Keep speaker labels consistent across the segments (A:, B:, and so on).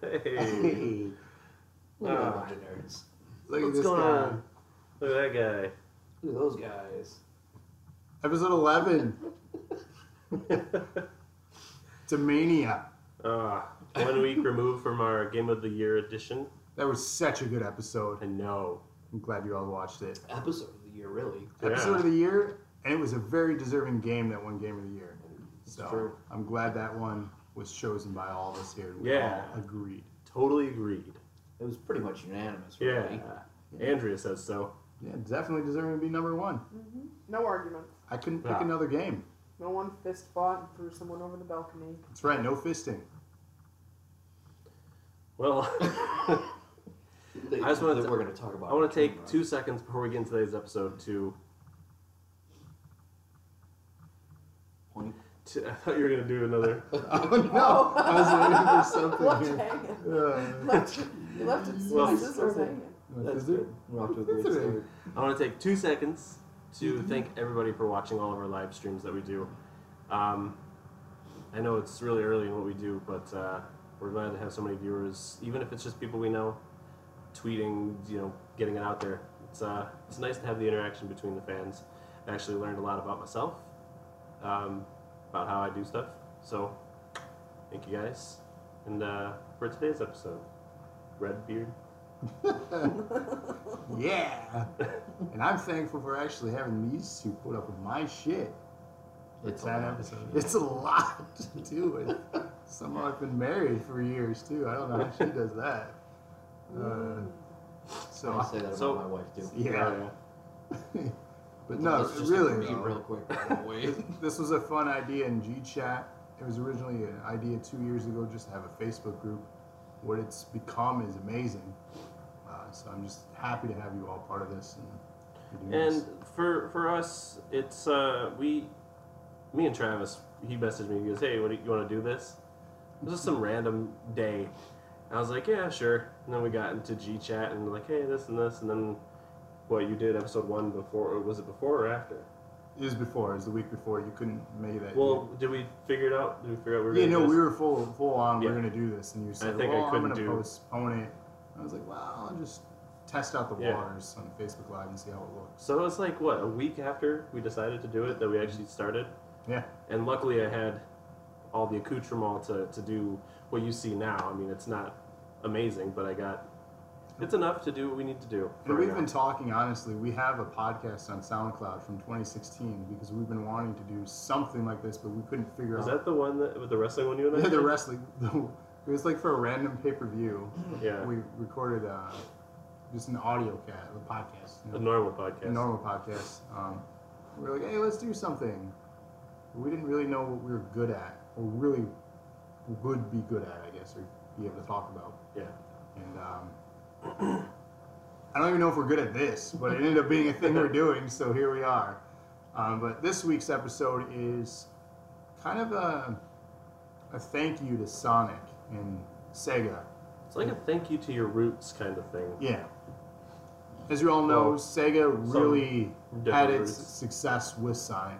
A: Hey,
B: Hey, look at a bunch of nerds. Look at
A: What's
B: this
A: going
B: guy.
A: on? look at that guy.
B: Look at those guys.
C: Episode 11, to Mania.
A: Ah, one week removed from our Game of the Year edition.
C: That was such a good episode.
A: I know.
C: I'm glad you all watched it.
B: Episode of the year, really.
A: Yeah.
C: Episode of the year, and it was a very deserving game that won Game of the Year. So
A: True.
C: I'm glad that one was chosen by all of us here. We
A: Yeah.
C: all agreed.
A: Totally agreed.
B: It was pretty much unanimous,
A: Yeah.
B: really.
A: Andrea says so.
C: Yeah, definitely deserving to be number one.
D: No arguments.
C: I couldn't pick
A: Yeah.
C: another game.
D: No one fist fought and threw someone over the balcony.
C: That's right, no fisting.
A: Well,
B: They-
A: I just wanted
B: that
A: to-
B: we're going to talk about.
A: I want
B: on
A: to take
B: camera.
A: two seconds before we get into today's episode to.
B: Point.
A: to I thought you were going to do another.
C: Oh no! I was waiting for something
D: Left
C: here.
D: hanging.
C: Uh,
D: Left, you left it
A: Well-
D: well, scissors hanging.
B: That's
C: is it?
B: good. We're off to a
C: That's
B: great
C: all right.
B: start.
A: I want to take two seconds to thank everybody for watching all of our live streams that we do. Um, I know it's really early in what we do, but uh, we're glad to have so many viewers, even if it's just people we know, tweeting, you know, getting it out there. It's uh, it's nice to have the interaction between the fans. I actually learned a lot about myself, um, about how I do stuff. So, thank you guys, and uh, for today's episode, Redbeard.
C: Yeah! And I'm thankful for actually having these two put up with my shit.
B: It's
C: Sad
B: all-
C: episode. It's a lot to do with. Somehow I've been married for years too. I don't know how she does that. Uh, so
B: I say that
A: So-
B: about my wife too.
A: uh,
C: yeah, but no,
B: Let's just
C: really,
B: agree
C: though,
B: real quick. right away.
C: this- this was a fun idea in G Chat. It was originally an idea two years ago just to have a Facebook group. What it's become is amazing. Uh, so I'm just happy to have you all part of this and. we do this.
A: And for for us, it's uh, we, me and Travis. He messaged me. He goes, "Hey, what do you, want to do this?" It was just some random day. And I was like, "Yeah, sure." And then we got into G chat and like, "Hey, this and this," and then what you did episode one before or was it before or after?
C: It was before. It was the week before. You couldn't make that.
A: Well, did we figure it out? Did we figure out we were
C: Yeah,
A: gonna
C: no,
A: do
C: we
A: this?
C: were full full on. We're
A: Yeah.
C: gonna do this, and you said,
A: think I
C: "Well, I'm
A: couldn't
C: gonna
A: do-
C: postpone it." I was like, "Well, I'll just test out the
A: Yeah.
C: waters on Facebook Live and see how it looks."
A: So it was like what a week after we decided to do it that we actually started.
C: Yeah.
A: And luckily, I had all the accoutrement to, to do what you see now. I mean, it's not amazing, but I got it's enough to do what we need to do. for
C: And
A: right
C: we've been
A: now.
C: talking honestly. We have a podcast on SoundCloud from 2016 because we've been wanting to do something like this, but we couldn't figure
A: Is
C: out
A: that the one that with the wrestling one you and I?
C: the
A: did?
C: wrestling. it was like for a random pay per view.
A: Yeah,
C: We recorded uh, just an audio cat, a podcast. you know?
A: a normal podcast.
C: normal podcast. Um, we were like, hey, let's do something. We didn't really know what we were good at, or really would be good at, I guess, or be able to talk about.
A: Yeah,
C: And um, I don't even know if we're good at this, but it ended up being a thing we're doing, so here we are. Um, but this week's episode is kind of a, a thank you to Sonic and Sega.
A: it's like a thank you to your roots kind of thing.
C: Yeah. As you all know,
A: Well,
C: Sega really
A: different
C: had its
A: roots.
C: success with Sonic.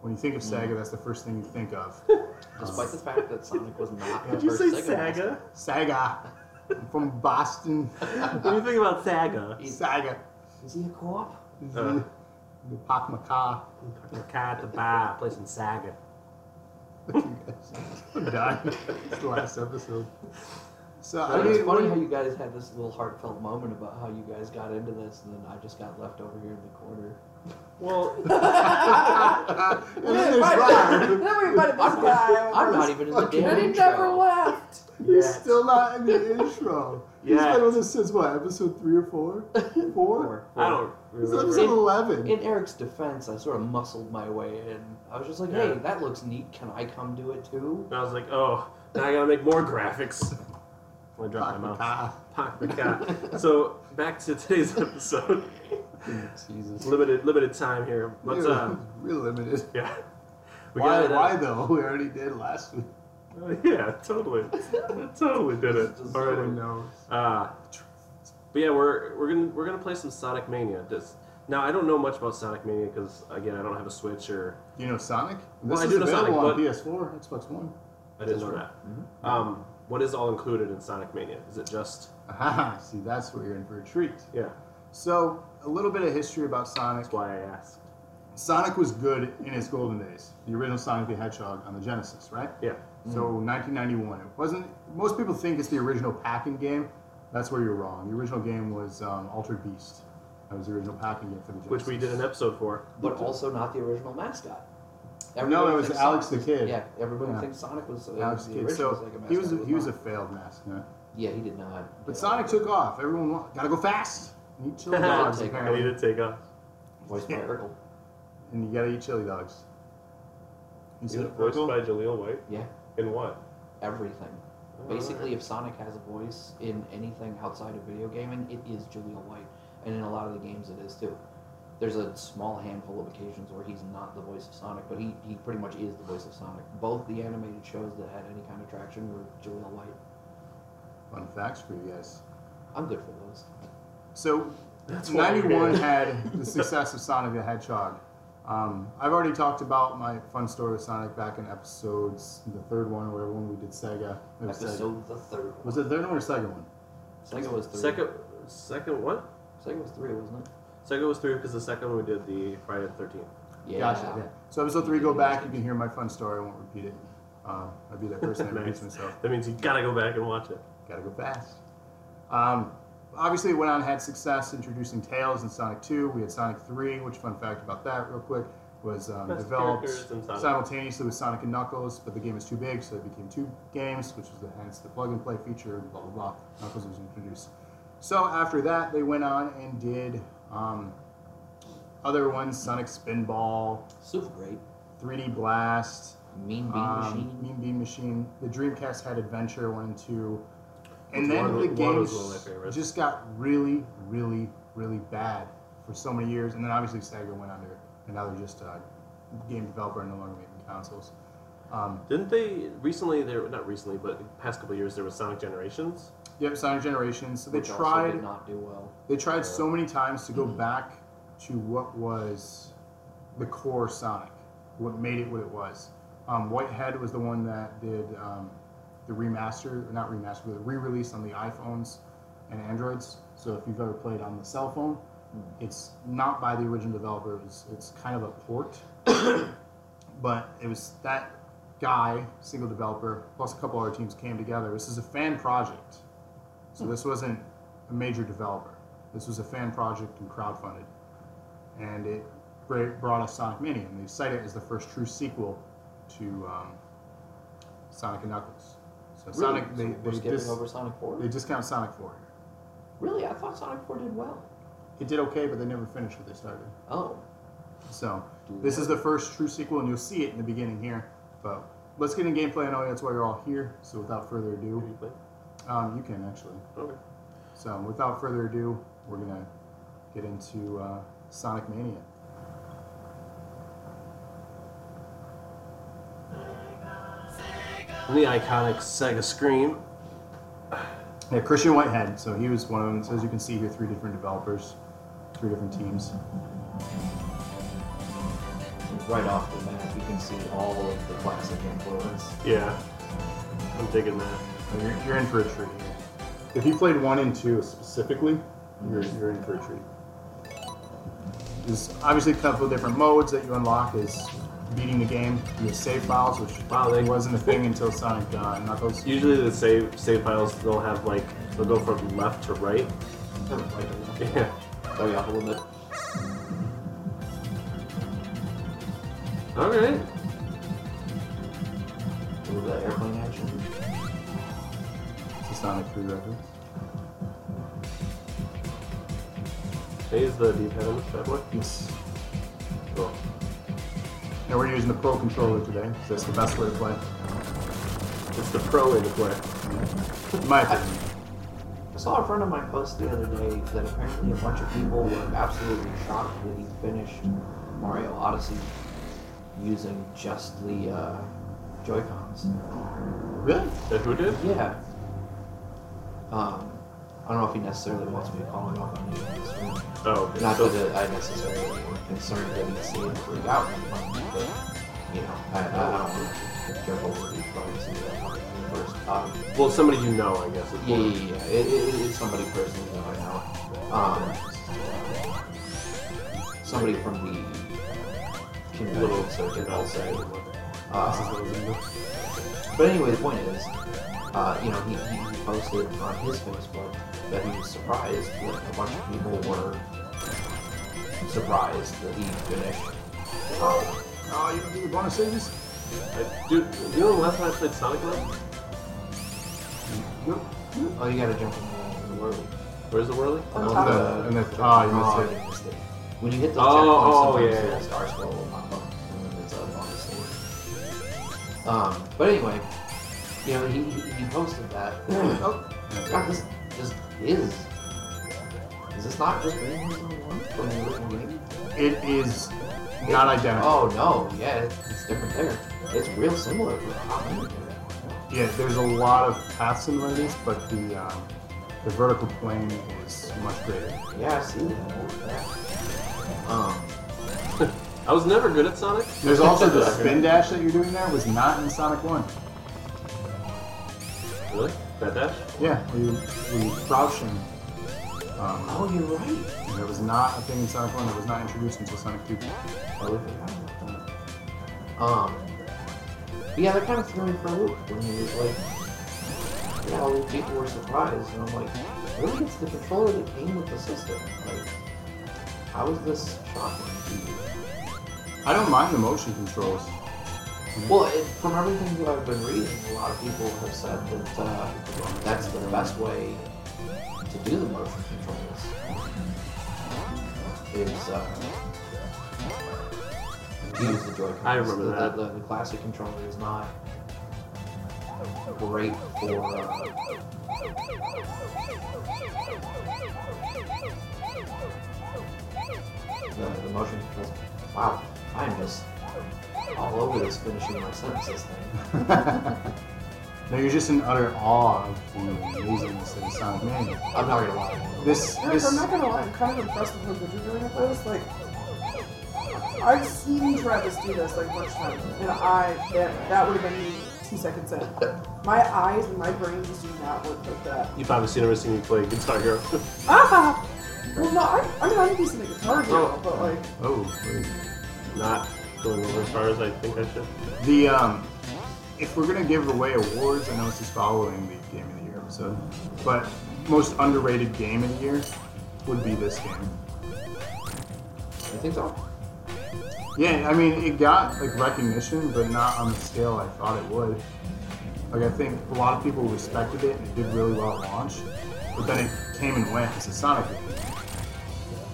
C: When you think of Sega,
A: Mm.
C: that's the first thing you think of.
B: Despite the fact that Sonic was not.
C: Did
B: the first Sega? mascot.
C: Sega. I'm from Boston.
A: when you think about Saga,
C: Sega.
B: Is he a co-op?
A: Uh.
C: The Pak Macaw.
A: cat to buy, play some Saga.
C: I'm done. It's the last episode. So, I
B: I
C: mean,
B: it's funny
C: what-
B: how you guys had this little heartfelt moment about how you guys got into this, and then I just got left over here in the corner.
A: Well,
C: and then there's Rob.
D: then we invited this guy.
B: I'm not even in the
C: fucking-
B: damn
D: And he
B: intro.
D: never left.
C: He's
A: Yes.
C: still not in the intro. He's
A: Yes.
C: been with us since what, episode three or four? Four?
B: Or-
A: I don't
C: It's
A: remember.
C: episode 11.
B: In Eric's defense, I sort of muscled my way in. I was just like, "Hey,
A: Yeah.
B: that looks neat. Can I come do it too?"
A: And I was like, oh, now I gotta make more graphics. I'm gonna drop
C: Pak
A: my mouth.
C: Macaw.
A: Pak the cat. So back to today's episode.
B: Jesus.
A: limited limited time here, but
C: Yeah,
A: uh,
C: real limited.
A: yeah.
C: Why?
A: got it,
C: why though? We already did last week.
A: uh, yeah, totally, totally did it
B: Just
A: already.
C: Everyone knows.
A: Uh, but yeah, we're we're gonna we're gonna play some Sonic Mania. Does Now I don't know much about Sonic Mania because again I don't have a Switch or
C: Do you know Sonic?
A: Well,
C: This
A: I
C: is
A: do know
C: available
A: Sonic, but-
C: on PS4, Xbox One.
A: I didn't know that. Um, what is all included in Sonic Mania? Is it just
C: Aha, see, that's where you're in for a treat.
A: yeah?
C: So, a little bit of history about Sonic.
A: That's why I asked.
C: Sonic was good in his golden days. The original Sonic the Hedgehog on the Genesis, right?
A: Yeah,
C: So 1991. It wasn't. Most people think it's the original packing game. That's where you're wrong. The original game was um, Altered Beast. That was the original packing game for the Genesis.
A: which we did an episode for.
B: but also not the original mascot.
C: No, it was
B: thinks
C: Alex
B: Sonic
C: the
B: was-
C: Kid.
B: Yeah, everybody
C: Yeah.
B: thinks Sonic was uh,
C: Alex
B: the
C: Kidd.
B: original
C: So
B: Sega
C: he was a,
B: mascot,
C: he was a
B: not.
C: failed mascot.
B: yeah he did not.
C: But
B: yeah.
C: Sonic took off. Everyone wa- gotta go fast. And eat chili dogs
B: Take
A: I need
C: apparently,
A: to take off.
B: voiced by
C: Yeah.
B: Urkel.
C: and you gotta eat chili dogs.
A: Is
C: Instead
A: it
C: of
A: voiced
C: purple?
A: by Jaleel White?
B: Yeah,
A: In what?
B: everything. Basically, if Sonic has a voice in anything outside of video gaming, it is Jaleel White, and in a lot of the games, it is too. There's a small handful of occasions where he's not the voice of Sonic, but he, he pretty much is the voice of Sonic. Both the animated shows that had any kind of traction were Jaleel White.
C: Fun facts for you guys.
B: I'm good for those.
C: So
A: That's what we
C: 91
A: did.
C: had the success of Sonic the Hedgehog. Um, I've already talked about my fun story with Sonic back in episodes, the third one, where when we did Sega. It was, Sega.
B: Episode the third. one.
C: was it the third one or second one?
B: Sega was three.
A: Second, second what?
B: Sega was three, wasn't it?
A: Second was three because the second one we did the Friday the Thirteenth.
B: Yeah.
C: Gotcha. Yeah. So episode three, go back. You can hear my fun story. I won't repeat it. Um, I'd be that person that repeats
A: Nice.
C: myself.
A: That means you gotta go back and watch it.
C: Gotta go fast. Um, obviously, it went on and had success introducing Tails in Sonic 2. We had Sonic 3, which, fun fact about that, real quick, was um,
A: Best
C: developed
A: characters in Sonic.
C: simultaneously with Sonic and Knuckles, but the game was too big, so it became two games, which was the, hence the plug and play feature, blah, blah, blah. Knuckles was introduced. So after that, they went on and did um, other ones Sonic Spinball,
B: Super great.
C: 3D Blast,
B: Mean Bean
C: um,
B: Machine.
C: Mean Bean Machine. The Dreamcast had Adventure one and two, and
A: Which
C: then
A: one was-
C: the
A: one
C: games
A: was one of my favorites.
C: just got really, really, really bad for so many years. And then obviously Sega went under, and now they're just a game developer and no longer making consoles. Um,
A: Didn't they recently? There not recently, but the past couple of years there was Sonic Generations.
C: yep, Sonic Generations. So they
B: which also
C: tried,
B: did not do well.
C: they tried so many times to go back to what was the core Sonic, what made it what it was. Um, Whitehead was the one that did um, the remaster, not remaster, but the re-release on the iPhones and Androids. So if you've ever played on the cell phone, it's not by the original developer. It's, it's kind of a port, but it was that guy, single developer, plus a couple other teams came together. This is a fan project, so this wasn't a major developer. This was a fan project and crowdfunded, and it bra- brought us Sonic Mania, and they cite it as the first true sequel to um, Sonic and Knuckles. So Sonic,
B: Really? So
C: they,
B: we're
C: they,
B: skipping
C: dis-
B: over Sonic Four.
C: they discount Sonic for it.
B: Really, I thought Sonic Four did well.
C: It did okay, but they never finished what they started.
B: Oh,
C: So this is the first true sequel, and you'll see it in the beginning here. But let's get in gameplay. I know that's why you're all here. So without further
A: Did
C: ado,
A: you play?
C: um, you can actually.
A: Okay.
C: So without further ado, we're gonna get into uh, Sonic Mania.
A: The iconic Sega Scream.
C: Yeah, Christian Whitehead. So he was one of them. So as you can see here, three different developers, three different teams.
B: right off the bat, you can see all of the classic influence.
A: Yeah, I'm digging that.
C: And you're, you're in for a treat. here. If you played one and two specifically, you're, you're in for a treat. There's obviously a couple of different modes that you unlock is beating the game. You have save files, which
A: Wow, they-
C: wasn't a thing until Sonic uh, Knuckles.
A: Usually the save save files they'll have like they'll go from left to right. Oh, Yeah.
B: Throw you off a little bit.
A: All right.
B: A little bit of airplane action.
C: It's a Sonic 3 reference.
A: Hey, is the D-pad on this bad boy?
C: Yes.
A: Cool.
C: And we're using the Pro Controller today, so it's the best way to play,
A: It's the pro in the play.
C: in my opinion.
B: I saw a friend of mine post the other day that apparently a bunch of people were absolutely shocked that he finished Mario Odyssey using just the uh, Joy Cons.
C: Really?
A: That who did?
B: Yeah. Um, I don't know if he necessarily wants me following up on his stream.
A: Oh, okay.
B: Not
A: so,
B: that I necessarily am concerned that he's seeing it out, but you know, I, I, I don't want to jump over the privacy of that first. Um,
A: well, somebody you know, I guess. is
B: yeah, yeah,
A: one.
B: yeah. yeah. It, it, it's somebody personally that I know. Um, somebody from the convention circuit, I'll say. Uh, but anyway, the point is, uh, you know, he, he he posted on his Facebook that he was surprised when a bunch of people were surprised that he finished. Uh,
C: Oh, you don't do the bonus stages?
A: I, dude, you know the last time I played Sonic Lab?
C: Nope.
B: oh, you gotta jump in the, the world.
A: Where's the whirly?
D: On
B: No,
D: top.
B: the-
C: And then-
B: the-
C: ah, you missed
B: ah,
C: it.
B: you missed it. When you hit the
A: Oh, oh,
B: sometimes
A: yeah,
B: the
A: yeah.
B: star scroll will pop up, and then it's a bonus stage. Um, but anyway, you know, he, he he posted that. oh, God, this just is. Is this not just Gran Turismo 1 from the original game?
C: It is not identical.
B: Oh, no, yeah, it's, it's different there. It's real similar for a hot minute there.
C: Yeah, there's a lot of path similarities, but the um, the vertical plane is much greater.
B: Yeah, I see that. Um,
A: I was never good at Sonic.
C: There's also the spin dash that you're doing there was not in Sonic One.
A: Really? That dash?
C: Yeah, we we crouching. Um,
B: oh, you're right.
C: that was not a thing in Sonic One. That was not introduced until Sonic Two.
B: Oh, yeah. Um, but yeah, that kind of threw me for a loop when he was like, yeah, all these people were surprised, and I'm like, really, it's the controller that came with the system. Like, how is this shocking to you?
C: I don't mind the motion controls.
A: Mhm.
B: Well, it, from everything that I've been reading, a lot of people have said that uh, that's the best way to do the motion controls. Is uh, to use the Joy-Cons.
A: I remember
B: the,
A: that.
B: The, the, classic controller is not great for. Uh, the, the motion controls. Wow, I'm just all over this finishing my sentences thing.
C: no, you're just in utter awe of the amazingness of the Sonic Man.
B: I'm not gonna lie.
C: This
D: Eric,
C: this
D: I'm not gonna lie, I'm kind of impressed with how good you're doing at this. Like, I've seen Travis do this like much time, and I that that would have been me two seconds in. My eyes and my brain just do not work like that.
A: You've obviously never seen me play Guitar Hero.
D: Ah! Well, no, I, I mean I'm decent at guitar hero, but like,
C: oh wait.
A: Not going over as far as I think I should.
C: The um, if we're gonna give away awards, I know this is following the Game of the Year episode, but most underrated game of the year would be this game.
B: I think so.
C: Yeah, I mean it got like recognition, but not on the scale I thought it would. Like I think a lot of people respected it and it did really well at launch, but then it came and went as a Sonic game,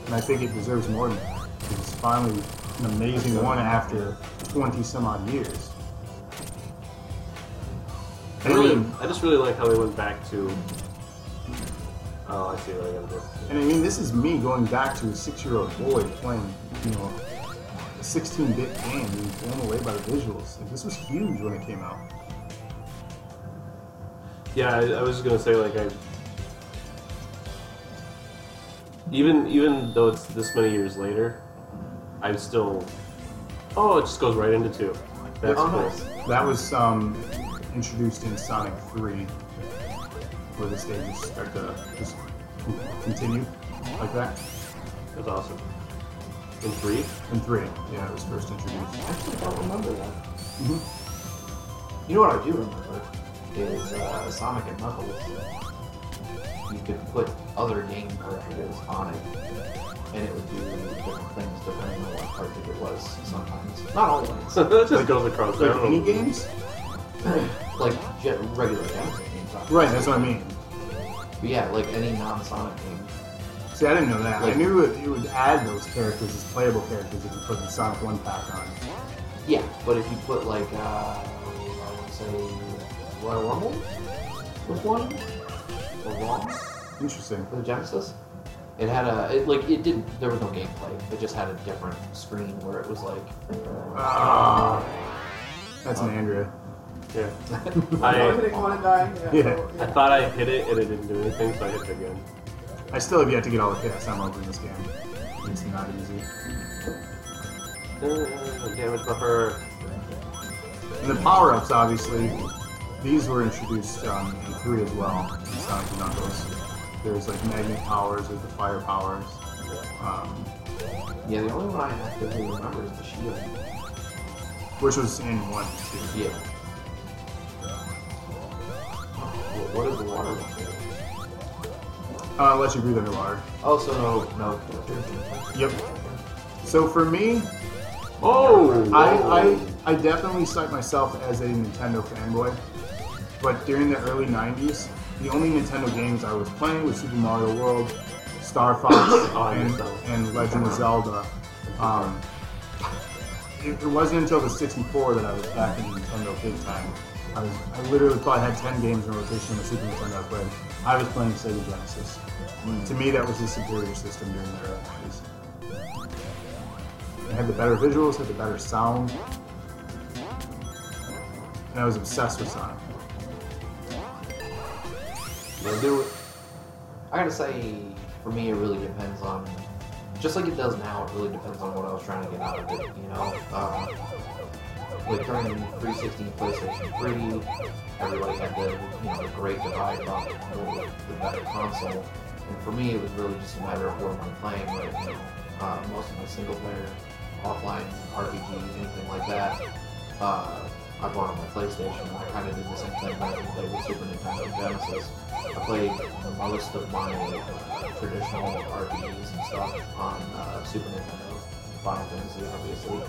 C: and I think it deserves more than that. It's finally an amazing one after 20 some odd years.
A: I really, I just really like how they went back to. Oh, I see what I gotta do.
C: And I mean, this is me going back to a six-year-old boy playing, you know, a 16-bit game and blown away by the visuals. Like, this was huge when it came out.
A: Yeah, I, I was just gonna say like I. Even even though it's this many years later, I'm still. Oh, it just goes right into two. That's
B: Oh,
A: cool.
B: nice.
C: That was um, introduced in Sonic 3, where the stages start to just continue like that.
A: That's awesome. In three.
C: In 3, yeah, it was first introduced.
B: I actually don't remember that.
C: Mhm. Mm-hmm.
B: You know what I do remember is uh, Sonic and Knuckles. You could put other game cartridges on it, and it would do different things depending on what cartridge it was. Sometimes, not always.
A: that just goes across. I
C: Like
A: don't
C: any
A: know.
C: games?
B: like jet, regular games. obviously.
C: Right, that's what I mean.
B: But yeah, like any non-Sonic game.
C: See, I didn't know that. I
B: Like-
C: knew it, it would add those characters as playable characters if you put the Sonic 1 pack on.
B: Yeah, but if you put like uh, I would say Royal Rumble was one or wrong
C: Interesting.
B: for the Genesis. It had a it, like it didn't. There was no gameplay. It just had a different screen where it was like
C: Ah, that's an Andrea.
A: Yeah.
D: I
A: I-
D: was hitting one and dying. Yeah.
C: Yeah.
D: so,
A: I thought I hit it and it didn't do anything, so I hit it again.
C: I still have yet to get all the past I'm over in this game. It's not easy.
A: Uh, damage buffer.
C: And the power ups, obviously, these were introduced um, in 3 as well, in Sonic and Knuckles. There's like magnet powers, there's the fire powers. Um,
B: Yeah, the only one I actively remember is the shield.
C: which was in one too.
B: Yeah.
A: Wh- What is the water buffer?
C: Uh, let you breathe underwater.
B: Also, Oh, no, no.
C: Yep. So for me,
A: Oh!
C: I, I I definitely cite myself as a Nintendo fanboy, but during the early '90s, the only Nintendo games I was playing was Super Mario World, Star Fox,
A: I
C: and,
A: missed that one.
C: and Legend of Zelda. Um, it, it wasn't until the '64 that I was back in Nintendo big time. I, was, I literally probably had 10 games in rotation on the Super Nintendo I played. I was playing Sega Genesis. To me, that was the superior system during the early '90s. It had the better visuals, had the better sound. And I was obsessed with Sonic.
B: They'll do it. I gotta say, for me, it really depends on, just like it does now, it really depends on what I was trying to get out of it, you know? Um, like during 360 and PlayStation 3, everybody had the, you know, the great divide about the, the better console. And for me, it was really just a matter of what I'm playing, like, you know, uh, most of my single player, offline RPGs, anything like that, uh, I bought on my PlayStation. I kind of did the same thing when I played with Super Nintendo and Genesis. I played most of my uh, traditional RPGs and stuff on uh, Super Nintendo, Final Fantasy, obviously,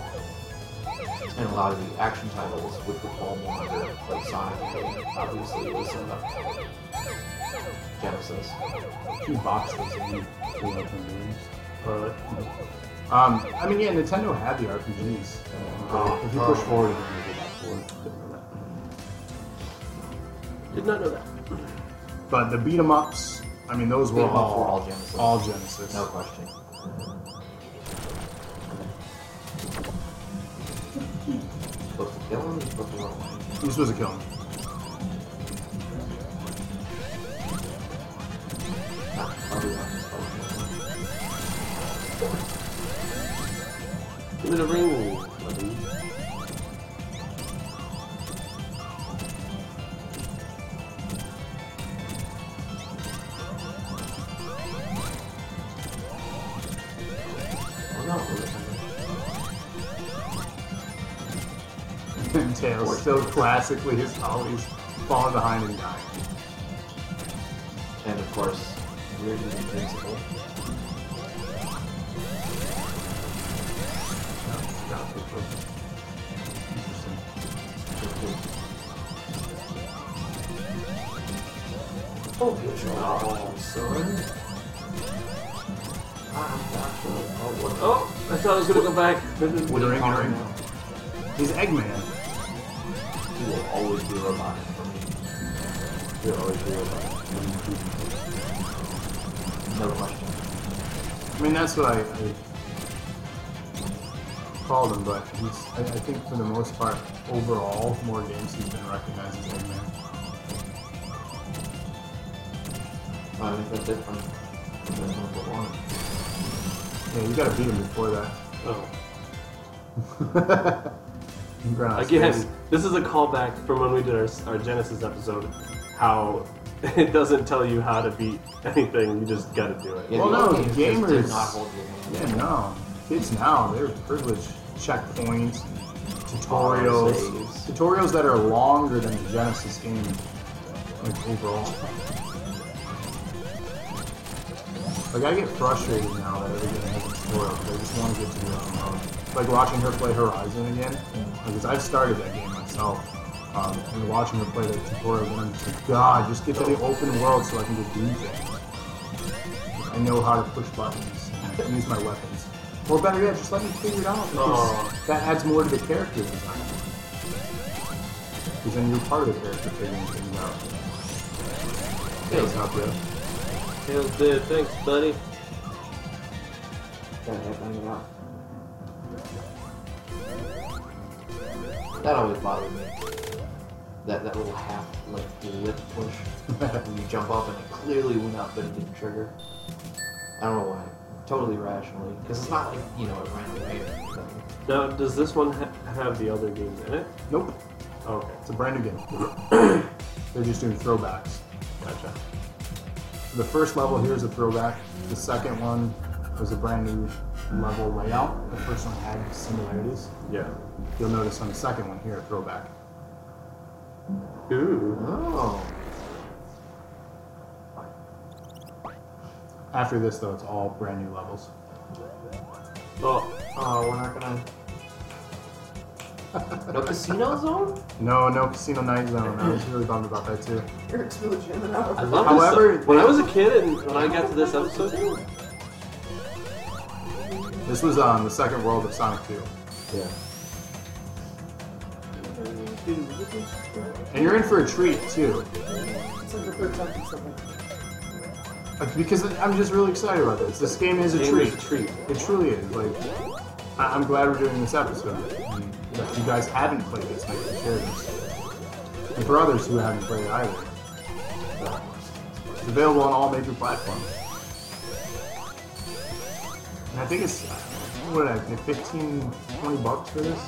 B: and a lot of the action titles, which would fall more under like Sonic, and obviously, was uh, Genesis.
C: Two boxes and you three open games.
A: Alright.
C: Um, I mean, yeah, Nintendo had the RPGs. Uh,
B: Oh,
C: if you push forward, you can go back forward.
A: Did not know that.
C: But the beat 'em ups, I mean, those were
B: Beat 'em ups
C: all,
B: were all Genesis.
C: all Genesis.
B: No question. Supposed to kill him, you're supposed to run away.
C: You're supposed to kill him.
B: Not probably not supposed to.
A: Give me the ring. buddy.
B: Oh no, it was-
C: And Tails so classically is always falling behind and dying.
B: And of course, weirdly invincible.
C: Interesting.
B: Oh, get your own son. I'm not sure. Oh, what?
A: Oh! I thought I was gonna go back.
B: What do you
C: Ring,
B: call him
C: ring.
B: now?
C: He's Eggman.
B: He will always be robotic for me.
A: You're always doing that.
B: No question.
C: I mean, that's what I, I called him, but he's, I, I think for the most part, overall, more games he's been recognized as Eggman.
B: I think that's it from from number one.
C: Yeah, you gotta beat him before that.
A: Oh.
C: Ground out
A: Again,
C: space.
A: this is a callback from when we did our, our Genesis episode. How it doesn't tell you how to beat anything, you just gotta do it.
B: Yeah,
C: Well,
B: the
C: no,
B: old games
C: gamers-
B: just Did not hold your hand.
C: Yeah, no. Kids now, they're privileged. Checkpoints, tutorials,
B: Saves.
C: tutorials that are longer than the Genesis game, like overall. Like I get frustrated now that every game has a tutorial because I just want to get to the open mode. Like watching her play Horizon again, because I've started that game myself. Um, and watching her play the tutorial, and I'm just like, God, just get to the open world so I can just do things. I know how to push buttons and use my weapons. Or better yet, just let me figure it out. because
A: Oh.
C: That adds more to the character design. Because then you're part of the character figuring things out. Tails help you.
A: Tails did. Thanks, buddy.
B: Gotta have one of them. That always bothered me. that that little half like lip push when you jump up and it clearly went up but it didn't trigger. I don't know why. Totally rationally, because it's not like you know it ran away or anything.
A: Now, does this one ha- have the other games in it?
C: Nope.
A: Oh, okay,
C: It's a brand new game. They're just doing throwbacks.
A: gotcha.
C: So the first level here is a throwback. The second one was a brand new level layout. The first one had similarities.
A: Yeah.
C: You'll notice on the second one here, a throwback.
A: Ooh.
B: Oh,
C: After this, though, it's all brand new levels.
A: Oh,
B: oh, we're not gonna. No casino zone?
C: No, no Casino Night Zone. I was really bummed about that, too.
D: Eric's really jamming out.
A: I love
C: However-
A: this. When I was a kid and when I got to this episode,
C: This was um, the second world of Sonic 2.
A: yeah.
C: And you're in for a treat, too.
D: It's like the third time or something.
C: Like, Because I'm just really excited about this. This game is a
A: Game
C: treat.
A: is a treat.
C: It truly is. Like, I- I'm glad we're doing this episode. And if you guys haven't played this, make sure to share this. And for others who haven't played it either, uh, it's available on all major platforms. And I think it's, uh, what did I pay, 15, 20 bucks for this?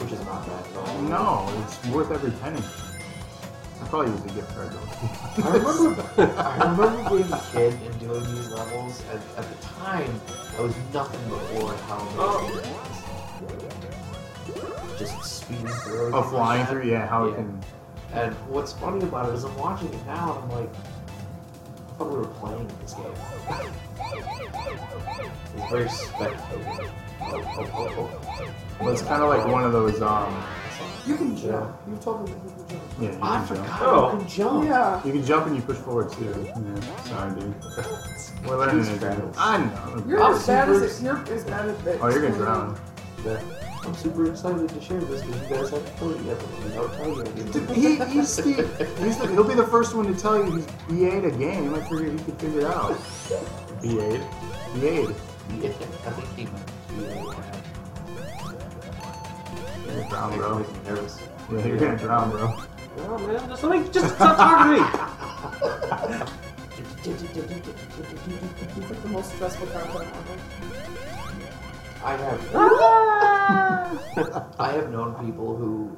B: Which is not bad at all.
C: No, it's worth every penny. I probably use a gift card though.
B: I remember, I remember being a kid and doing these levels. At, at the time, I was nothing before how amazing it was. Just speeding through.
C: Oh, flying
B: everything like
C: through, yeah, how
B: Yeah.
C: it can.
B: that. And what's funny about it is I'm watching it now and I'm like, I thought we were playing this game. It's very spectacular. Oh, oh, oh, oh.
C: Well, it's kind of like one of those, um,
D: You can jump. You told me that you can jump.
C: yeah, you
B: I
C: can jump.
B: forgot
A: Oh.
B: you can jump.
D: Yeah.
C: You can jump and you push forward too. Yeah, sorry, dude. We're learning
B: Jesus
C: to do.
B: Christ.
C: I know.
D: You're
B: I'm
D: as bad
B: super-
D: as it, you're as bad as it.
C: oh, you're gonna drown.
B: Yeah. I'm super excited to share this because you guys haven't played it yet, but without telling you. I didn't.
C: He, he's the, he's the, he'll be the first one to tell you he's BA'd a game. I figured he could figure it out. E
A: B8.
C: BA'd.
B: Yeah, I think he might
C: You're gonna drown,
B: be
C: bro.
B: making me nervous.
C: Yeah, you're gonna drown, bro.
A: Oh man, just let me just stop talking to me.
D: It's like the most stressful content ever.
B: I have I have known people who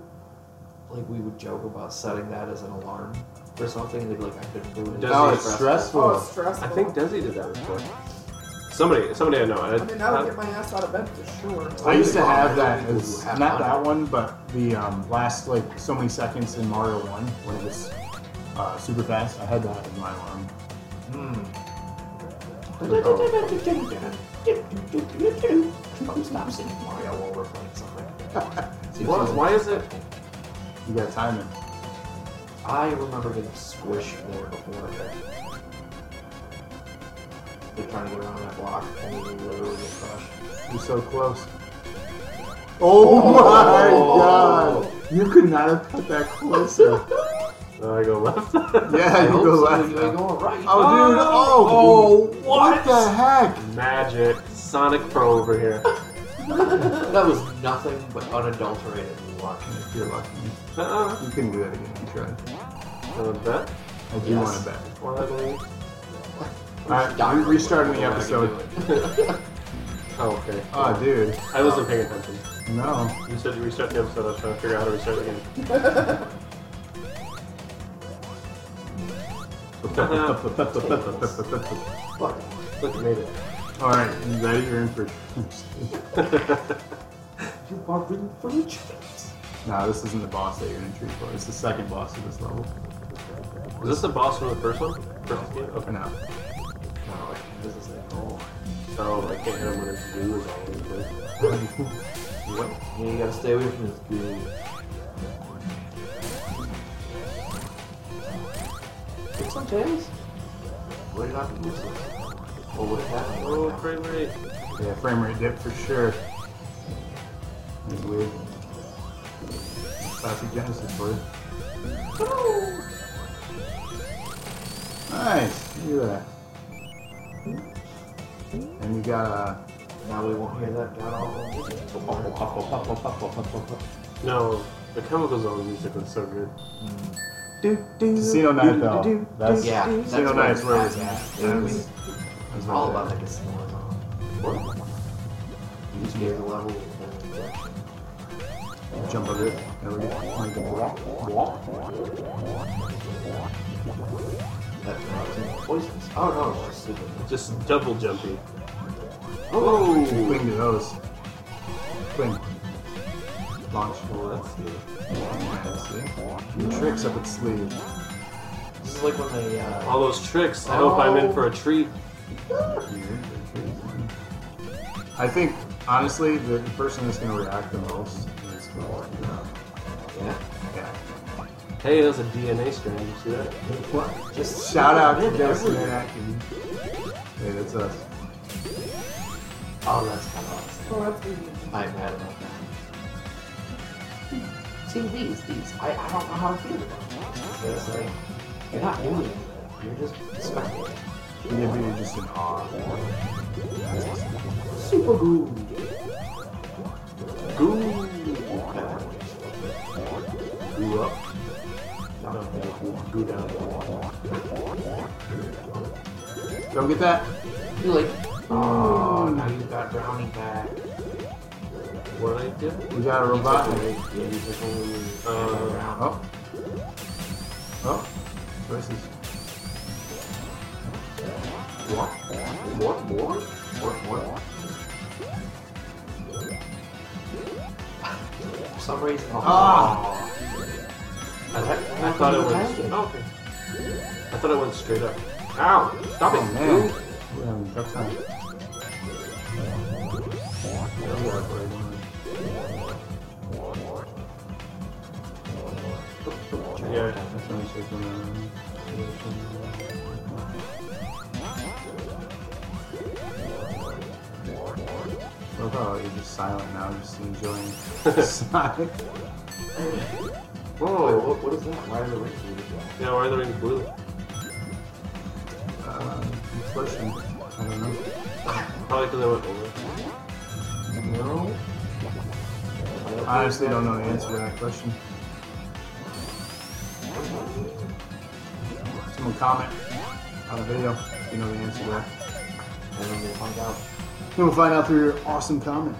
B: like we would joke about setting that as an alarm or something and they'd be like I couldn't do it.
A: Does
C: Oh,
A: it
C: it's
D: Oh,
C: stressful.
D: it's stressful.
A: I think Desi did that before. Somebody, somebody I know. I,
D: I mean, that would get my ass out of bed for sure.
C: I used to have that
B: People
C: as
B: who have
C: not
B: fun.
C: that one, but the um, last like so many seconds in Mario One when it was uh, super fast. I had that in my alarm.
B: Hmm. Stop singing Mario while we're playing something.
A: Why- why is it?
C: Oh, You got time in.
B: I remember getting squished there before. They're trying to get around that block, and they literally get crushed.
C: You're so close. Oh my
B: Oh.
C: god! You could not have cut that closer.
A: Oh, I go left.
C: yeah, you go left.
B: You're going right.
C: Oh, dude! Oh,
A: Oh,
C: what?
A: what?
C: the heck?
A: Magic, Sonic Pro over here.
B: That was nothing but unadulterated luck.
C: You're lucky.
A: Uh-uh.
C: You couldn't do that again. You tried.
A: Uh, bet.
C: I do
B: Yes.
C: want to bet.
A: Wildly.
C: Alright, we're restarting the episode.
A: Oh, okay.
C: Oh, dude.
A: I wasn't paying attention.
C: No.
A: You said you restart the episode. I was trying to figure out how to restart the game.
B: Look,
A: Look, I made it.
C: Alright, you ready? You're in for.
B: you are in for a treat.
C: no, this isn't the boss that you're in treat for. It's the second boss of this level.
A: Is this the boss from the first one? First game? Okay.
C: Or no.
B: No, this is it.
A: So Oh, I can't hit him when it's due. Is all it is.
B: What? Yeah, you gotta stay away from this goo. It's on Tails. What did I do? Oh, what happened?
A: Oh, frame rate.
C: Yeah, frame rate dip for sure. That's weird. Classic Genesis boy. Nice. Look at that. And you got a.
B: Now we won't hear that god awful music. puffle, puffle, puffle, puffle, puffle.
A: No, the Chemical Zone music was so good.
D: Do, do,
C: Casino
D: do,
C: Night,
D: do,
C: though.
D: do, do,
C: That's-
D: do,
B: Yeah,
D: do.
B: that's
C: Casino
B: what
C: Nights
B: it's
C: where
B: at,
C: it's
B: yeah.
C: yeah, it was-
B: It's
C: That's my
B: all
C: bad.
B: about the casino zone. um, You just gave the level of injection.
C: Jump over it. There we go.
B: That's not too uh, poisonous. Oh no, it's just super.
A: Just double jumpy.
C: Oh, cling to those. Cling.
A: Launch. Well, that's good.
C: See? Tricks up its sleeve.
B: This is like when they uh,
C: Oh.
A: All those tricks. I hope I'm in for a treat.
C: I think, honestly, the the person that's going to react the most is Glory.
B: yeah,
C: Yeah.
A: Oh. Hey, that's a DNA strand. You see that?
B: just
C: Shout out to
B: Everything.
C: Justin and Atkins. Hey, that's us.
B: Oh, that's kind of awesome.
D: Oh, that's easy.
B: I'm mad about that. See these, these. I, I don't know how to feel about them. It's like you're not doing anything. You're just spectating.
C: You're gonna be just in awe.
B: Super goo.
A: Goo. Goo up. No, goo down.
C: Don't get that?
B: You're like, oh, now you've got brownie back.
A: What did I do?
C: We got a robot.
B: Yeah, you took only
A: Uh,
B: brownie.
C: Oh. Oh. Versus.
B: More, more, more, more. For some reason, oh,
C: Ah.
A: I, I thought it went. Oh, okay. I thought it went straight up. Ow! Stop it!
C: Oh, man. We're having a tough time.
A: Yeah.
C: That's nice, it's gonna- Look how you're just silent now, just enjoying the sonic.
B: Wait,
A: Whoa!
B: what, what is that? Why are the rings blue as well?
A: Yeah, why are the rings blue?
C: Uh, inflation. I don't know.
A: Probably because I went over.
B: No.
C: I honestly don't know the answer to that question. Someone comment on the video if you know the answer to that.
B: And then we'll find out.
C: And we'll find out through your awesome comment.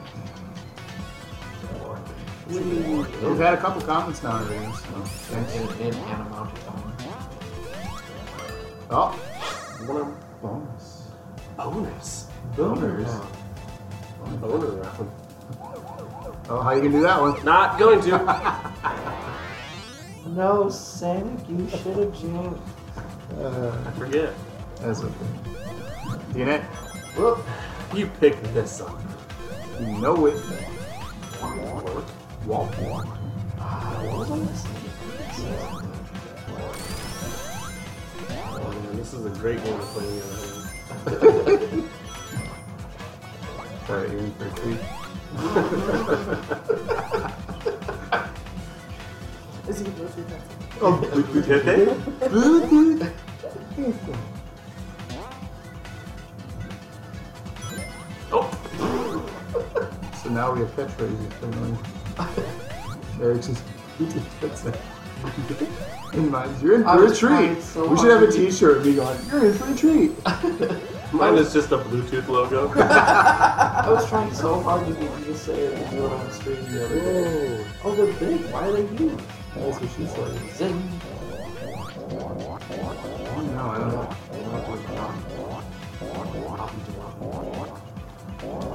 C: We've had a couple comments now already, so
B: In,
C: thanks.
B: in, in an amount of time.
C: Oh, bonus.
A: Bonus.
C: Boners.
A: Boner round.
C: Oh, how you gonna do that one?
A: Not going to.
B: No, Sonic, you should have jumped.
A: I forget.
C: That's okay. DNA,
A: Whoop. You picked this up.
C: you know it.
B: Ah, what was I listening
A: Oh man, this is a great game to play on the other hand.
C: Sorry, you're in for a treat.
D: Is he the grocery pencil?
A: Did they?
C: Bluetooth.
A: Oh!
C: So now we have catchphrases for mine. Eric's is Bluetooth headset. And mine's you're in
B: I
C: for a
B: was trying
C: treat.
B: so
C: we should have a
B: hard.
C: t-shirt be going, you're in for a treat.
A: Mine is just a Bluetooth logo.
B: I was trying so hard to get you to say it and do it on stream the other day.
C: Whoa.
B: Oh, they're big. Why are they huge?
C: That's what she said.
B: Zing.
C: Oh, no, I don't know.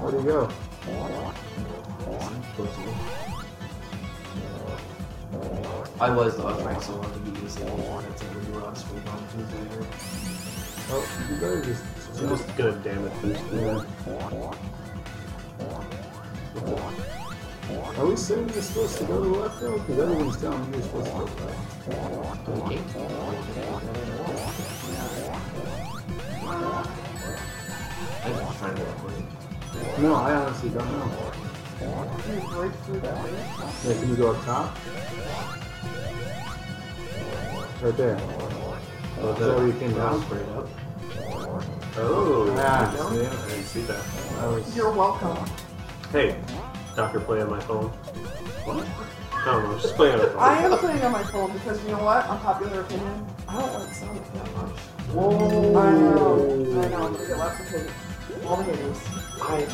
C: Where'd he go?
B: I was though, I was trying so hard to get you to say it. That's like when you were on stream on Tuesday. or-
C: Oh, you better just.
A: I'm just gonna damage this.
C: Yeah. Are we saying you're supposed to go to the left though? Because everyone's telling me you're supposed to go to the left.
B: I was just trying to work with it.
C: No, I honestly don't know.
D: Can you break through that way?
C: Yeah, can you go up top? Right there.
A: Oh,
C: Is that where you came down?
B: Straight up.
A: Oh,
C: Yeah,
A: I
C: see?
A: Oh. Ah. didn't see that.
C: I was-
D: You're welcome.
A: Hey, Doctor Play on my phone. What? I don't know. Just play on my phone.
D: I am playing on my phone because you know what? Unpopular opinion. I don't like Sonic that much.
B: Whoa.
D: I know. I know. I'm gonna get lots of hate. All the haters.
B: I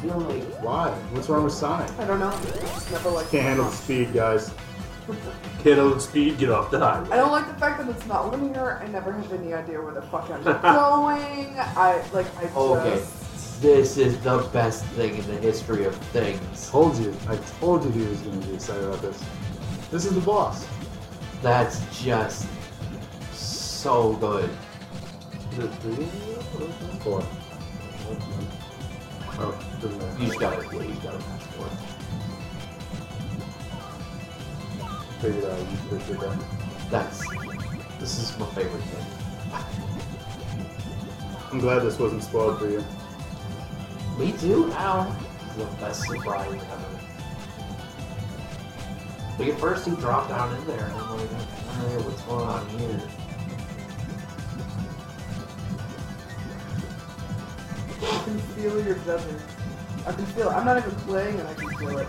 B: feel like
C: Why? What's wrong with Sonic?
D: I don't know. I just never liked
C: Can't handle
D: it.
C: the speed, guys.
A: Can't load speed. Get off the highway.
D: I don't like the fact that it's not linear. I never have any idea where the fuck I'm going. I like I just
B: Oh, Okay. this is the best thing in the history of things.
C: Told you. I told you he was going to be excited about this. This is the boss.
B: That's just so good.
A: Is it three?
C: Four. Oh, doesn't matter.
B: You've got it. You've got it. That's good.
C: Figured out you could do that.
B: That's this is my favorite thing.
C: I'm glad this wasn't spoiled for you.
B: Me too. Ow. It's the best surprise ever. Like at first he dropped down in there and I'm like, "Hey, what's going on here?
D: I can feel your judgment. I can feel it. I'm not even playing and I can feel it.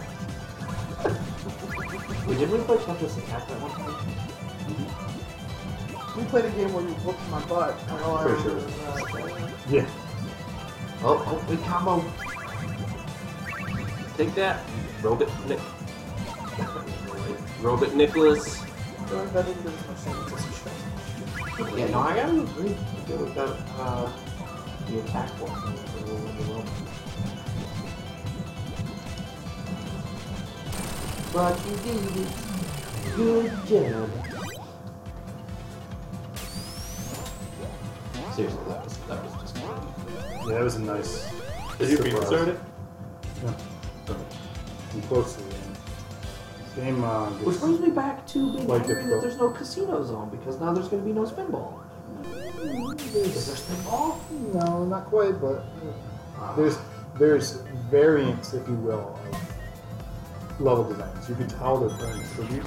B: Wait, did we play Tetris Attack that one time?
D: We played a game where you whooped my butt. And all I
C: Pretty sure.
D: remember is that.
C: Yeah.
B: Oh, oh, we combo.
A: Take that, Robot Nick. Robot Nicholas.
D: Going to bed and doing my shit, it's just shit.
B: Yeah, no, I gotta agree with that. Uh, the attack one. was a little overwhelming. But you did it. Good job. Seriously, that was that was just.
C: Yeah, that was a nice.
A: Did you
C: surprise.
A: restart it?
C: Yeah. I'm close to the end. Same, uh,
B: Which brings me back to being
C: Like
B: angry that
C: difficult.
B: there's no casino zone because now there's gonna be no spinball. Is there spinball?
C: No, not quite, but there's there's variants, if you will, of level designs. You can tell they're paying tribute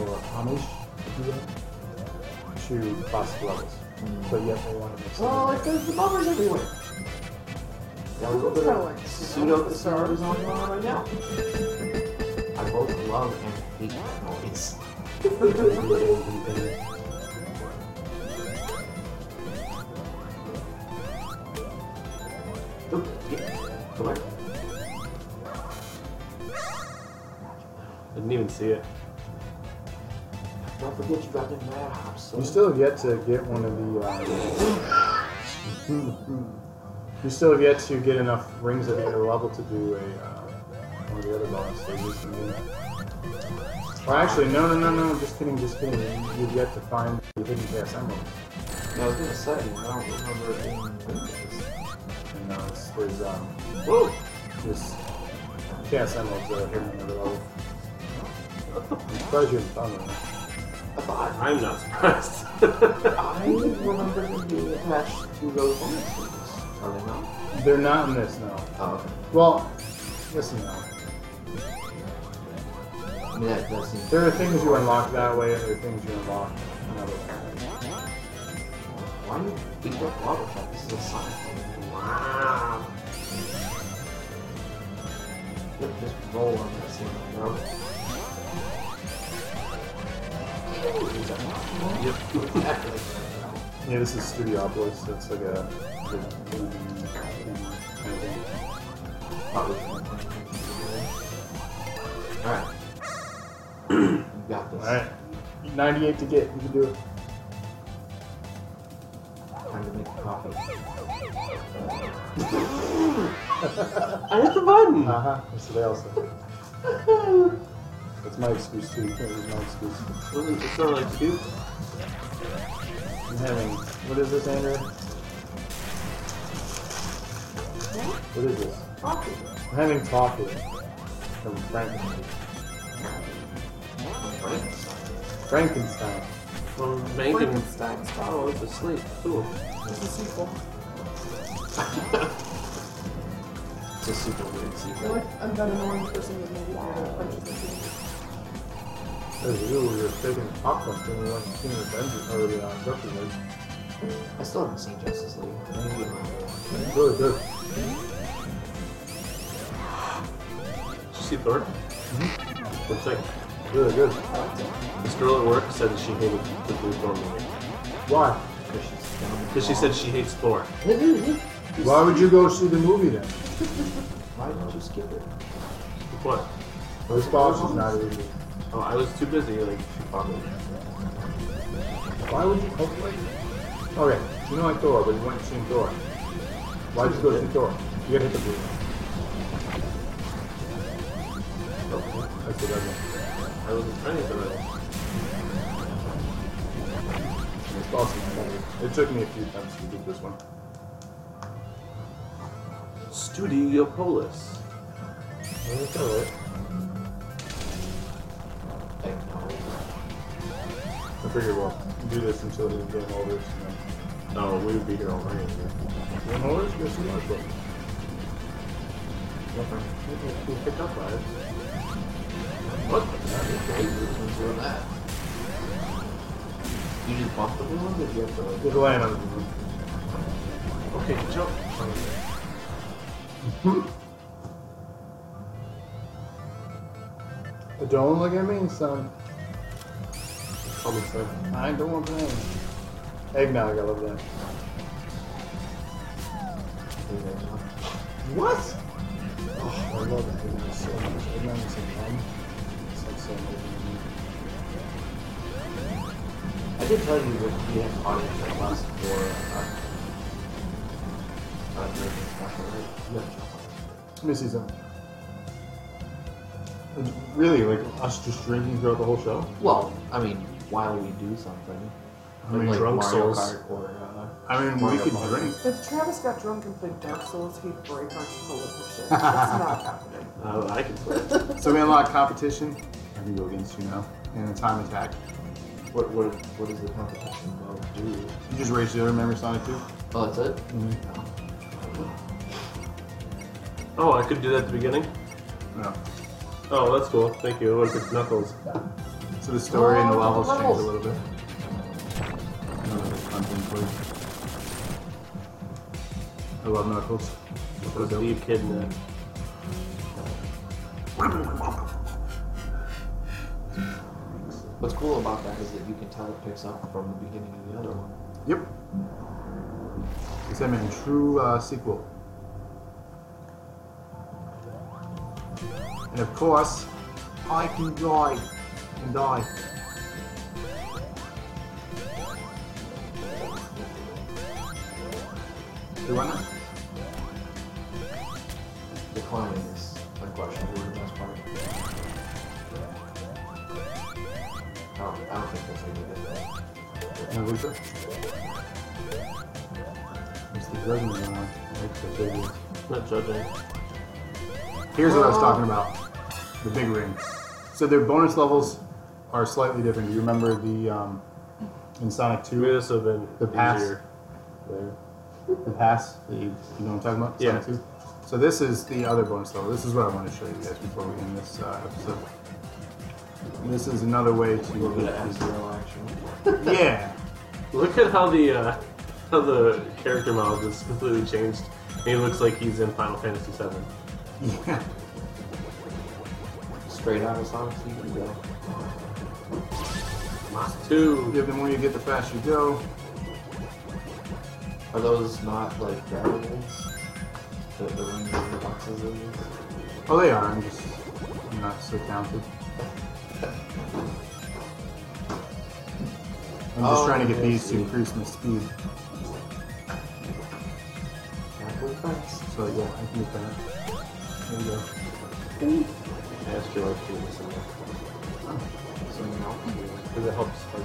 C: or homage, if you will, to past levels. But yet they want to make
B: Well, like
C: something.
B: there's the bumpers everywhere. Got a little bit
D: Kinda
B: of
D: like
B: pseudo casino is on right now. I both love and hate that noise. Go go back.
A: I didn't even see it.
B: Don't forget you got them mad hops. So
C: You still have yet to get one of the. Uh, you still have yet to get enough rings at the other level to do a uh, one of the other bonus stages. to do that. Well, actually, no, no, no, no. Just kidding, just kidding. You've yet to find the hidden pass emerald,
B: Yeah, I was gonna say, I don't remember it being Windows.
C: and uh, it's, there's um,
A: Whoa!
C: this chaos emeralds that are hidden in the other level. And Treasure and fun.
B: I thought
A: I'm not surprised.
B: I remember them being attached to those bonus stages. Are they not?
C: They're not in this now.
B: Oh, okay.
C: Well, yes and no.
B: I mean, that, that seems.
C: There are things you unlock that way, and there are things you unlock another way.
B: Why do you beat up lava trap? This is a sign. Wow. Look, just roll on that same bro. Exactly.
C: Yeah, this is Studiopolis. That's like a. big movie kind of thing.
B: Probably. Alright. you got this.
C: Alright. 98 to get. You can do it.
B: Time to make the coffee.
A: I hit the button.
C: Uh huh. That's what they all say. That's my excuse too. That was my excuse.
A: Wasn't it sort of like two?
C: I'm having. What is this, Andrew? What is this?
D: Coffee.
C: I'm having coffee from Frankenstein. Frankenstein.
A: Well, Mankin.
D: Frankenstein's
A: Oh,
D: problem.
A: it's asleep. Cool.
D: It's a sequel.
B: It's a super weird
D: I feel
B: secret.
D: like I'm not an annoying person that maybe I'm gonna punch you.
C: That was weird. We were taking popcorn when we went to King of Avengers earlier on Justice League.
B: I still haven't seen Justice League. Maybe I'm wrong.
C: It's really good.
A: see Thor?
D: Mm-hmm.
A: Looks like really good. This girl at work said that she hated the Blue Thor movie
C: Why?
B: Because she's dumb and
A: because she said
B: wrong.
A: she hates Thor.
C: Why would you go see the movie then?
B: Why didn't you skip it?
A: What?
C: Her spouse is not either.
A: Oh, I was too busy. Like she fucked me.
C: Why would you? Oh, okay, you know like Thor, but you went to see Thor. Why'd you go see Thor? You gotta hit the blue. Oh, that's the red one.
A: I wasn't trying to get the right. one.
C: Her spouse is not either. It took me a few times to do this one.
A: Studio Polis.
C: That's alright.
B: Hey, no.
C: I figure we'll do this until the game over. you know.
A: Oh, we would be here all night.
C: Game over? Yes, we are. but-
A: We picked up on it.
B: What? Doing that. You just bumped the blue one, or did you have to like?
C: Just land on the moon.
A: Okay, jump.
C: Mm-hmm. But Don't look at me, son.
A: Call me Sam.
C: I don't want blame. Eggnog, I love that.
B: do that, huh?
C: What? Oh, I love that eggnog so much. Eggnog is so yum. It's like so amazing.
B: I did tell you that we had an audience that last for uh, uh, American special, right? You had a job
C: Let me see something. It's Really, like us just drinking throughout the whole show?
B: on it. Well, I mean, while we do something,
C: I mean,
B: like
A: drunk
B: Mario
A: souls.
B: Kart or uh,
C: I mean,
B: Mario
C: we could
B: Party.
C: drink.
D: If Travis got drunk and played Dark Souls, he'd break our soul and shit. That's not happening.
A: Uh, I can play.
C: So we unlock competition. I can go against you now. And a time attack.
B: what what what is the competition about? Do
C: You just raise the other member Sonic 2?
B: oh, that's it.
A: Oh, I could do that at the beginning.
C: No.
A: Oh, that's cool. Thank you. What if it's Knuckles?
C: So the story and the
D: Oh,
C: levels change a
D: levels.
C: little bit. Another fun thing for you. I love Knuckles.
A: Or Steve Kidman.
B: What's cool about that is that you can tell it picks up from the beginning of the other one.
C: Yep. It's him in true uh, sequel. And of course, I can die and die. Do you want that?
B: The climbing is unquestionably the best part. I don't, I don't think that's how you get that.
C: No, who's it? It's the dragon one. I like the big one.
A: Not judging.
C: Here's what I was talking about. The big ring. So their bonus levels are slightly different. Do you remember the um, in Sonic
A: Maybe
C: 2,
A: this would have been
C: The pass.
A: easier. There.
C: the pass? that You you know what I'm talking about? Sonic
A: Yeah.
C: 2? So this is the other bonus level. This is what I want to show you guys before we end this uh, episode. This is another way
B: A little bit of
C: to.
B: F-Zero action.
C: yeah.
A: Look at how the uh, how the character model just completely changed. He looks like he's in Final Fantasy VII.
C: Yeah.
B: Straight out of Sonic Sea you go.
A: Mach two.
C: Yeah, The more you get, the faster you go.
B: Are those not like grabbables? The, the rings and the boxes of these?
C: Oh, they are. I'm just I'm not so talented. I'm just
B: Oh,
C: trying to get
B: okay, I
C: these to
B: see.
C: increase my speed.
B: Apple Fest.
C: So yeah, I can get that. There you go.
A: Asteroid two or something.
B: So now
A: Because it helps. fight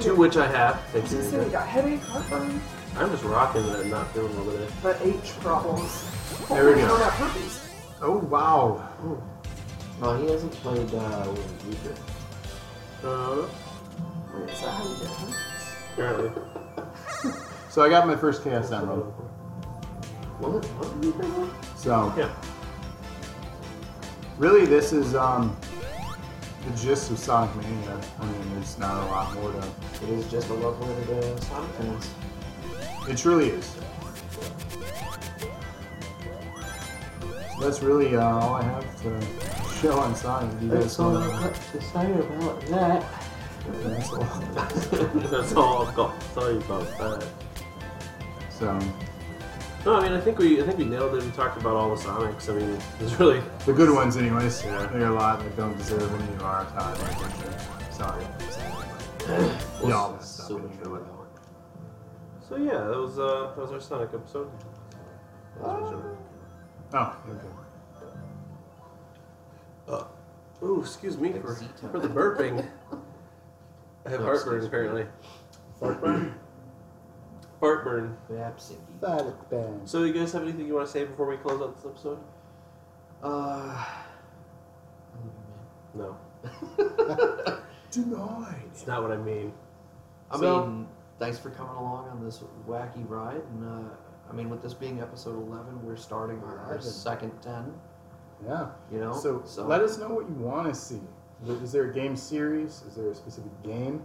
A: the- To which I have. Thank
D: So you said you
A: you.
D: got headache, heartburn,
A: I'm just rocking it and not feeling over there.
D: but H problems.
C: There we go.
D: Hopefully I don't have herpes.
C: Oh wow.
B: Well, he hasn't played uh, with Reaper.
A: Uh,
D: Wait, is that how you get herpes?
A: apparently.
C: So I got my first Chaos Emerald.
B: What? What Reaper? was?
C: So
A: Yeah.
C: really, this is um the gist of Sonic Mania. I mean, there's not a lot more to.
B: It is just a love letter to uh, Sonic fans.
C: It truly is. that's really uh, all I have to show on Sonic. Do you guys want to?
B: to say about that.
C: That's all.
A: That's all I've got to say about that.
C: So
A: No, I mean I think we I think we nailed it. We talked about all the Sonics. I mean, there's really
C: the good ones, anyways.
A: Yeah.
C: There are a lot that don't deserve any of our time. I think. Sorry. We all messed up
B: So
C: in
B: much
C: the
B: for
C: middle.
B: that one.
A: so yeah. That was uh that was our Sonic episode. That was our show.
C: Oh, okay.
A: Uh, Ooh, excuse me
B: Like
A: for,
B: Zeta.
A: for the burping. I have
B: No, excuse
A: heartburn
B: me.
A: apparently. Heartburn.
B: Rhapsody.
C: That band.
A: So you guys have anything you want to say before we close out this episode?
B: Uh, I love
A: No,
B: you, man.
C: Denied.
A: it's not what I mean.
B: I
A: So-
B: mean, thanks for coming along on this wacky ride. And uh, I mean, with this being episode 11, we're starting on our
C: Eleven.
B: second 10.
C: Yeah.
B: You know,
C: So, let us know what you want to see. Is is there a game series? Is there a specific game?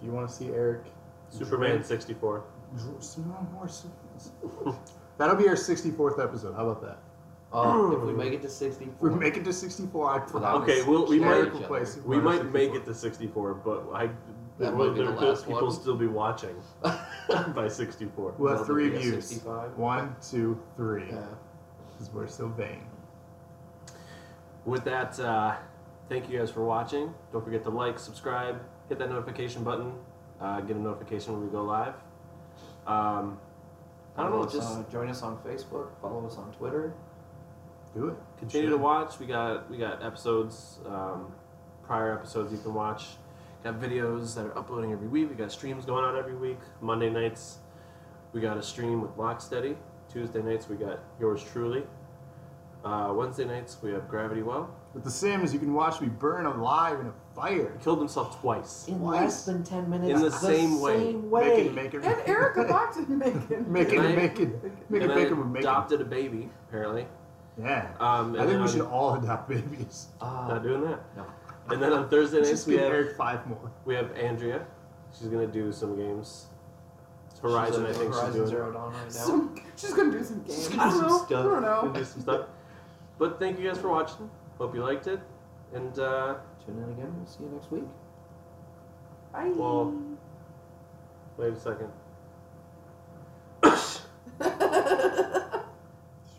C: Do you want to see Eric?
A: Superman 64.
C: Dr- Small horses. That'll be our 64th episode. How about that?
B: uh, if we make it to 64,
C: If we make it to 64, I promise.
B: Without
A: Okay, well, we
B: Yeah,
A: might
B: each other.
C: place.
A: we might make it to 64, but I
B: That
A: there
B: might
A: will
B: be the
A: there-
B: last
A: people
B: one.
A: still be watching by 64.
C: We'll have
B: That'll
C: three
B: be a
C: views.
B: 65.
C: One, two, three.
B: Yeah.
C: Because we're so vain.
A: With that, uh, thank you guys for watching. Don't forget to like, subscribe, hit that notification button, uh, get a notification when we go live. Um, I don't
B: Follow
A: know,
B: us,
A: just
B: uh, join us on Facebook. Follow us on Twitter.
C: Do it.
A: continue to watch. We got we got episodes, um, prior episodes you can watch. Got videos that are uploading every week. We got streams going on every week. Monday nights, we got a stream with Locksteady. Tuesday nights, we got yours truly. Uh, Wednesday nights, we have Gravity Well.
C: With The Sims, you can watch me burn alive in a fire.
A: Killed himself twice.
B: In
C: Twice.
B: less than 10 minutes.
A: In the same way.
B: same way.
C: Making, making,
D: And Erica Bachton making.
C: making,
A: And I-
C: making, making,
A: and I
C: making, making.
A: adopted a baby, apparently.
C: Yeah.
A: Um,
C: I
A: and
C: think
A: then
C: we should
A: on-
C: all adopt babies.
B: Ah,
A: Not doing that.
B: No.
A: And then on Thursday nights
C: Just
A: we
C: give
A: have
C: Eric five more.
A: we have Andrea. She's gonna do some games. It's Horizon, I
B: she's
A: think
B: Horizon
A: she's doing.
B: Zero Dawn right now.
D: Some, she's gonna do some games.
A: She's
D: I
A: gonna do
D: don't
A: some
D: know.
A: stuff.
D: I don't know.
A: Gonna do some stuff. But thank you guys for watching. Hope you liked it. And uh,
B: Tune in again. We'll see you next week.
D: Bye.
A: Well, wait a second.
C: Did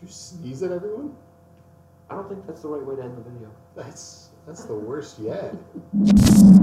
C: you sneeze at everyone?
B: I don't think that's the right way to end the video.
C: That's that's the worst yet.